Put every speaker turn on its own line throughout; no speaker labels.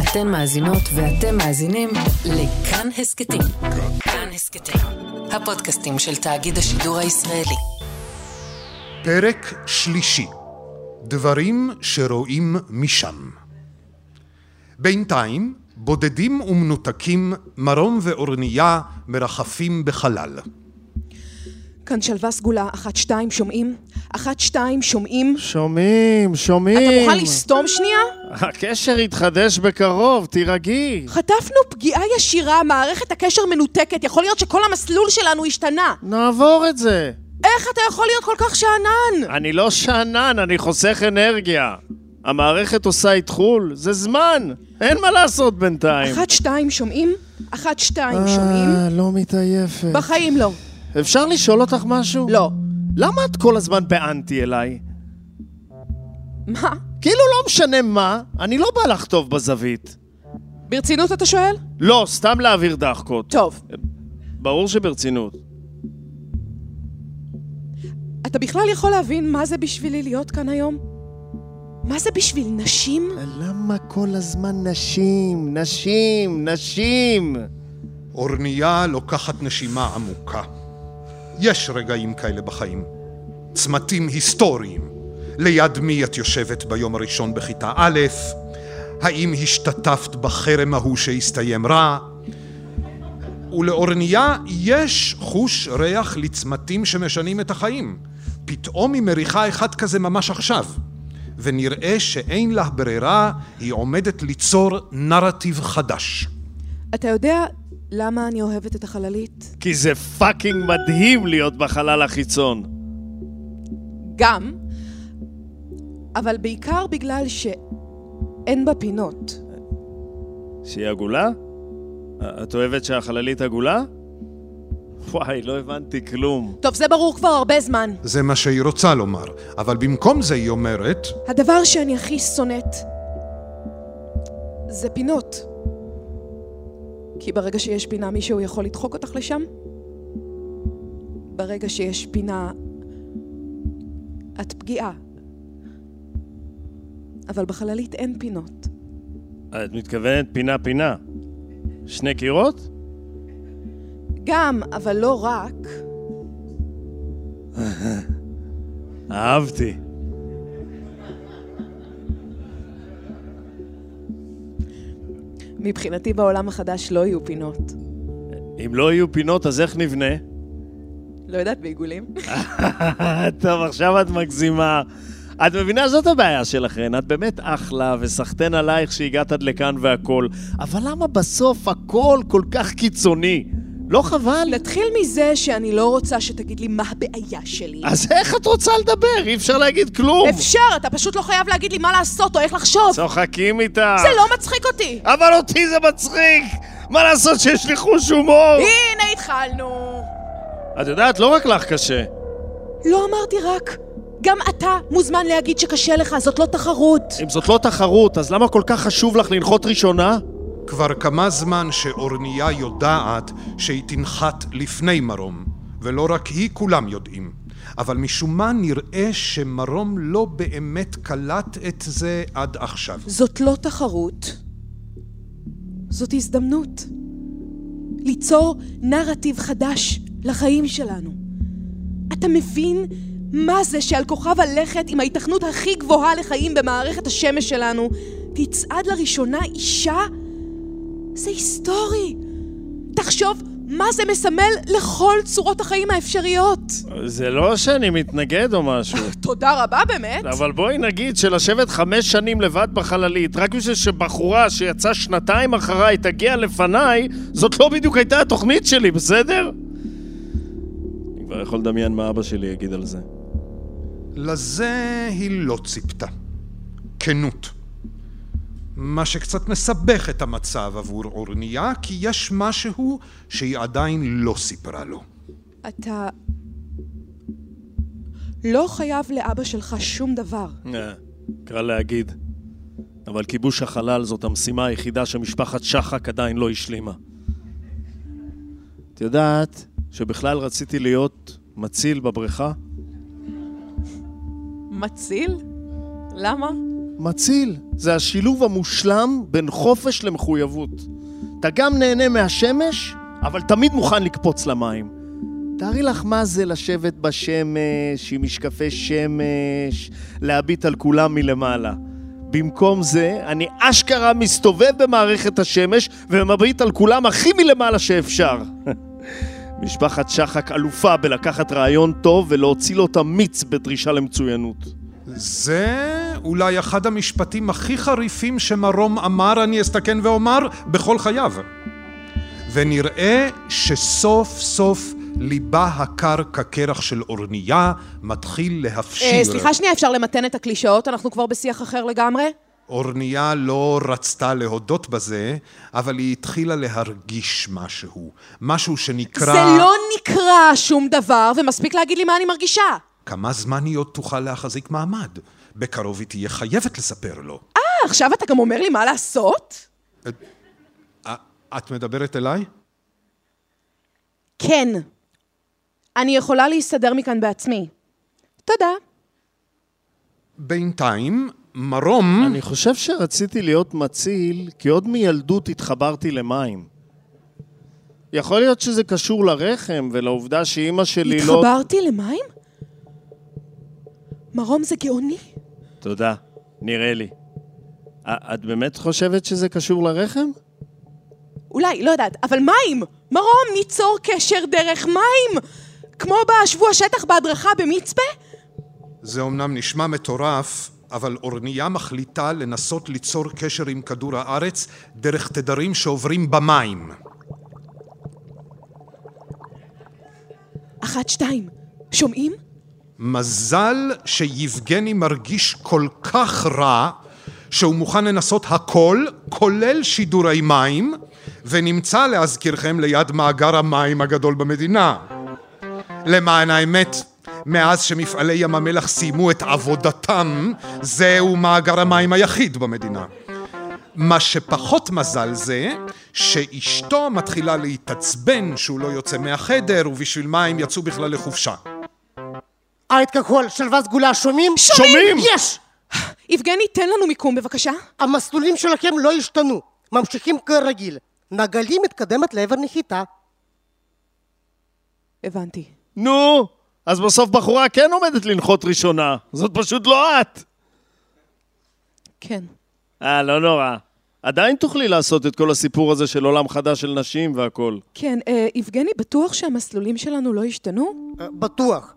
אתן מאזינות ואתם מאזינים לכאן הסכתים. כאן הסכתים, הפודקאסטים של תאגיד השידור הישראלי.
פרק שלישי דברים שרואים משם. בינתיים, בודדים ומנותקים, מרום ואורניה מרחפים בחלל.
כאן שלווה סגולה, אחת שתיים שומעים? אחת שתיים שומעים?
שומעים, שומעים.
אתה מוכן לסתום שנייה?
הקשר יתחדש בקרוב, תירגעי.
חטפנו פגיעה ישירה, מערכת הקשר מנותקת, יכול להיות שכל המסלול שלנו השתנה.
נעבור את זה.
איך אתה יכול להיות כל כך שאנן?
אני לא שאנן, אני חוסך אנרגיה. המערכת עושה אתחול, זה זמן, אין מה לעשות בינתיים.
אחת שתיים שומעים? אחת שתיים שומעים?
אה, לא מתעייפת.
בחיים לא.
אפשר לשאול אותך משהו?
לא.
למה את כל הזמן באנטי אליי?
מה?
כאילו לא משנה מה, אני לא בא לך טוב בזווית.
ברצינות אתה שואל?
לא, סתם להעביר דחקות.
טוב.
ברור שברצינות.
אתה בכלל יכול להבין מה זה בשבילי להיות כאן היום? מה זה בשביל נשים?
למה כל הזמן נשים, נשים, נשים?
אורניה לוקחת נשימה עמוקה. יש רגעים כאלה בחיים. צמתים היסטוריים. ליד מי את יושבת ביום הראשון בכיתה א', האם השתתפת בחרם ההוא שהסתיים רע? ולאורניה יש חוש ריח לצמתים שמשנים את החיים. פתאום היא מריחה אחד כזה ממש עכשיו, ונראה שאין לה ברירה, היא עומדת ליצור נרטיב חדש.
אתה יודע למה אני אוהבת את החללית?
כי זה פאקינג מדהים להיות בחלל החיצון.
גם, אבל בעיקר בגלל שאין בה פינות.
שהיא עגולה? א- את אוהבת שהחללית עגולה? וואי, לא הבנתי כלום.
טוב, זה ברור כבר הרבה זמן.
זה מה שהיא רוצה לומר, אבל במקום זה היא אומרת,
הדבר שאני הכי שונאת זה פינות. כי ברגע שיש פינה, מישהו יכול לדחוק אותך לשם? ברגע שיש פינה, את פגיעה. אבל בחללית אין פינות.
את מתכוונת פינה-פינה. שני קירות?
גם, אבל לא רק,
אהבתי.
מבחינתי בעולם החדש לא יהיו פינות.
אם לא יהיו פינות, אז איך נבנה?
לא יודעת, בעיגולים?
אה, טוב, עכשיו את מגזימה. את מבינה, זאת הבעיה שלכן. את באמת אחלה, וסחטיין עלייך שהגעת עד לכאן והכל. אבל למה בסוף הכל כל כך קיצוני? לא חבל?
נתחיל מזה שאני לא רוצה שתגיד לי מה הבעיה שלי.
אז איך את רוצה לדבר? אי אפשר להגיד כלום.
אפשר, אתה פשוט לא חייב להגיד לי מה לעשות או איך לחשוב.
צוחקים איתך.
זה לא מצחיק אותי!
אבל אותי זה מצחיק! מה לעשות שיש לי חוש הומור?
הנה התחלנו!
את יודעת, לא רק לך קשה.
לא אמרתי רק. גם אתה מוזמן להגיד שקשה לך, זאת לא תחרות.
אם זאת לא תחרות, אז למה כל כך חשוב לך לנחות ראשונה?
כבר כמה זמן שאורניה יודעת שהיא תנחת לפני מרום, ולא רק היא, כולם יודעים. אבל משום מה נראה שמרום לא באמת קלט את זה עד עכשיו.
זאת לא תחרות. זאת הזדמנות. ליצור נרטיב חדש לחיים שלנו. אתה מבין מה זה שעל כוכב הלכת עם ההיתכנות הכי גבוהה לחיים במערכת השמש שלנו תצעד לראשונה אישה? זה היסטורי. תחשוב מה זה מסמל לכל צורות החיים האפשריות.
זה לא שאני מתנגד או משהו.
תודה רבה באמת.
אבל בואי נגיד שלשבת חמש שנים לבד בחללית, רק בשביל שבחורה שיצאה שנתיים אחריי תגיע לפניי, זאת לא בדיוק הייתה התוכנית שלי, בסדר? אני כבר יכול לדמיין מה אבא שלי יגיד על זה.
לזה היא לא ציפתה. כנות. מה שקצת מסבך את המצב עבור אורניה, כי יש משהו שהיא עדיין לא סיפרה לו.
אתה לא חייב לאבא שלך שום דבר.
אה, קל להגיד. אבל כיבוש החלל זאת המשימה היחידה שמשפחת שחק עדיין לא השלימה. את יודעת שבכלל רציתי להיות מציל בבריכה?
מציל? למה?
מציל. זה השילוב המושלם בין חופש למחויבות. אתה גם נהנה מהשמש, אבל תמיד מוכן לקפוץ למים. תארי לך מה זה לשבת בשמש, עם משקפי שמש, להביט על כולם מלמעלה. במקום זה, אני אשכרה מסתובב במערכת השמש ומביט על כולם הכי מלמעלה שאפשר. משפחת שחק אלופה בלקחת רעיון טוב ולהוציא לו את המיץ בדרישה למצוינות.
זה אולי אחד המשפטים הכי חריפים שמרום אמר, אני אסתכן ואומר, בכל חייו. ונראה שסוף סוף ליבה הקר כקרח של אורנייה מתחיל להפשיר.
אה, סליחה שנייה, אפשר למתן את הקלישאות? אנחנו כבר בשיח אחר לגמרי?
אורניה לא רצתה להודות בזה, אבל היא התחילה להרגיש משהו. משהו שנקרא...
זה לא נקרא שום דבר, ומספיק להגיד לי מה אני מרגישה.
כמה זמן היא עוד תוכל להחזיק מעמד? בקרוב היא תהיה חייבת לספר לו.
אה, עכשיו אתה גם אומר לי מה לעשות?
א- את מדברת אליי?
כן. אני יכולה להסתדר מכאן בעצמי. תודה.
בינתיים, מרום...
אני חושב שרציתי להיות מציל, כי עוד מילדות התחברתי למים. יכול להיות שזה קשור לרחם ולעובדה שאימא שלי לא...
התחברתי למים? מרום זה גאוני.
תודה, נראה לי. א- את באמת חושבת שזה קשור לרחם?
אולי, לא יודעת, אבל מים! מרום, ניצור קשר דרך מים! כמו בשבוע שטח בהדרכה במצפה?
זה אומנם נשמע מטורף, אבל אורניה מחליטה לנסות ליצור קשר עם כדור הארץ דרך תדרים שעוברים במים.
אחת, שתיים. שומעים?
מזל שיבגני מרגיש כל כך רע, שהוא מוכן לנסות הכל, כולל שידורי מים, ונמצא, להזכירכם, ליד מאגר המים הגדול במדינה. למען האמת, מאז שמפעלי ים המלח סיימו את עבודתם, זהו מאגר המים היחיד במדינה. מה שפחות מזל זה שאשתו מתחילה להתעצבן שהוא לא יוצא מהחדר ובשביל מה הם יצאו בכלל לחופשה.
האלכוהול, שלווה סגולה, שומעים?
שומעים!
יש!
יבגני, תן לנו מיקום בבקשה.
המסלולים שלכם לא השתנו, ממשיכים כרגיל. נגלי מתקדמת לעבר נחיתה.
הבנתי.
נו, אז בסוף בחורה כן עומדת לנחות ראשונה. זאת פשוט לא את.
כן.
אה, לא נורא. עדיין תוכלי לעשות את כל הסיפור הזה של עולם חדש של נשים והכל.
כן, אה, יבגני, בטוח שהמסלולים שלנו לא השתנו?
אה, בטוח.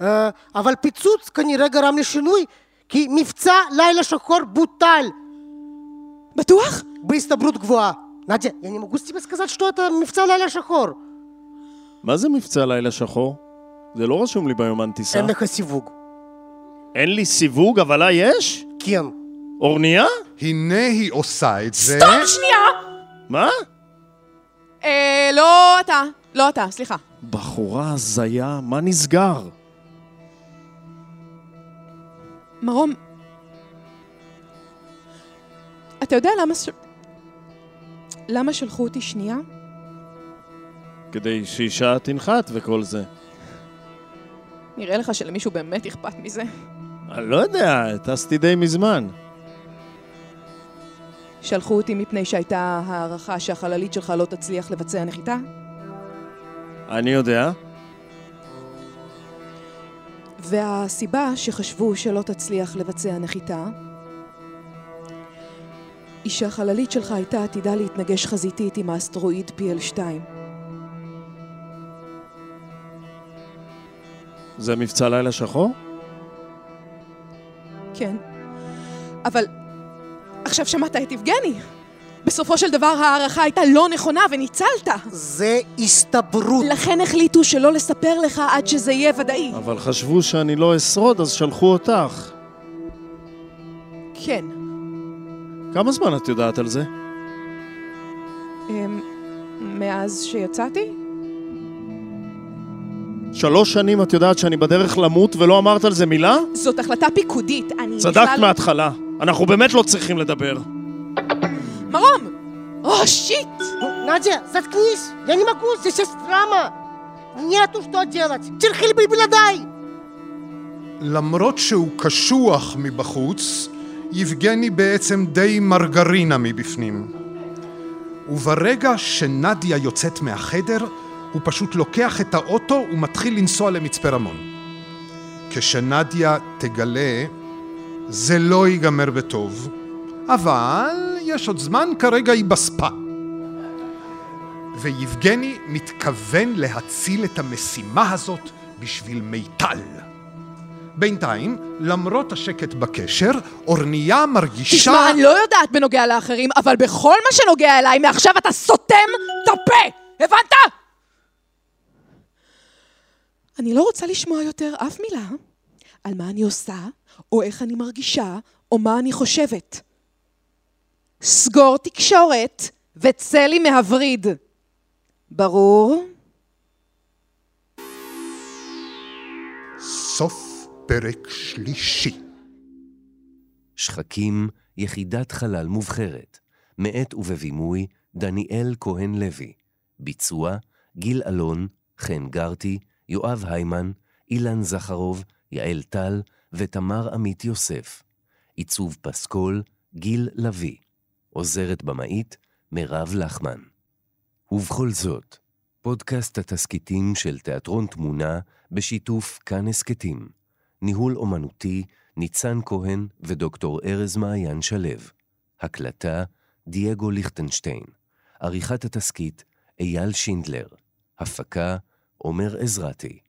אה, אבל פיצוץ כנראה גרם לשינוי, כי מבצע לילה שחור בוטל
בטוח?
בהסתברות גבוהה. נדיה, я не могу тебе сказать, что это אה, מבצע לילה שחור.
מה זה מבצע לילה שחור? זה לא רשום לי ביומן טיסה.
אין לך סיווג.
אין לי סיווג, אבל לה יש?
כן.
אורניה?
הנה היא עושה את זה.
סתום שנייה!
מה?
אה, לא אתה. לא אתה, סליחה.
בחורה הזיה, מה נסגר?
מרום, אתה יודע למה... ש- למה שלחו אותי שנייה?
כדי שאישה תנחת וכל זה.
נראה לך שלמישהו באמת אכפת מזה.
אני לא יודע, טסתי די מזמן.
שלחו אותי מפני שהייתה הערכה שהחללית שלך לא תצליח לבצע נחיתה,
אני יודע.
והסיבה שחשבו שלא תצליח לבצע נחיתה היא שהחללית שלך הייתה עתידה להתנגש חזיתית עם האסטרואיד PL2.
זה מבצע לילה שחור?
כן. אבל עכשיו שמעת את יבגני. בסופו של דבר ההערכה הייתה לא נכונה וניצלת.
זה הסתברות.
לכן החליטו שלא לספר לך עד שזה יהיה ודאי.
אבל חשבו שאני לא אשרוד, אז שלחו אותך.
כן.
כמה זמן את יודעת על זה?
אמ, מאז שיצאתי?
שלוש שנים את יודעת שאני בדרך למות ולא אמרת על זה מילה?
זאת החלטה פיקודית, אני
צדקת מההתחלה. אנחנו באמת לא צריכים לדבר.
מרום! Oh, או, שיט!
Ну, Надя, заткнись! Я не могу, здесь есть драма! Нету что делать! Терхель библядай!
למרות שהוא קשוח מבחוץ, יבגני בעצם די מרגרינה מבפנים. וברגע שנדיה יוצאת מהחדר, הוא פשוט לוקח את האוטו ומתחיל לנסוע למצפה רמון. כשנדיה תגלה, זה לא ייגמר בטוב, אבל יש עוד זמן, כרגע היא בספה. ויבגני מתכוון להציל את המשימה הזאת בשביל מיטל. בינתיים, למרות השקט בקשר, אורניה מרגישה...
תשמע, אני לא יודעת בנוגע לאחרים, אבל בכל מה שנוגע אליי, מעכשיו אתה סותם את הפה! הבנת? אני לא רוצה לשמוע יותר אף מילה על מה אני עושה, או איך אני מרגישה, או מה אני חושבת. סגור תקשורת וצא לי מהווריד. ברור?
סוף פרק שלישי.
שחקים, יחידת חלל מובחרת, מאת ובבימוי דניאל כהן לוי, ביצוע גיל אלון, חן גרטי, יואב היימן, אילן זכרוב, יעל טל ותמר עמית יוסף, עיצוב פסקול גיל לביא, עוזרת במאית מירב לחמן. ובכל זאת, פודקאסט התסכיתים של תיאטרון תמונה בשיתוף כאן הסכתים. ניהול אומנותי, ניצן כהן ודוקטור ארז מעיין שלו. הקלטה, דייגו ליכטנשטיין. עריכת התסכית, אייל שינדלר. הפקה, עומר עזרתי.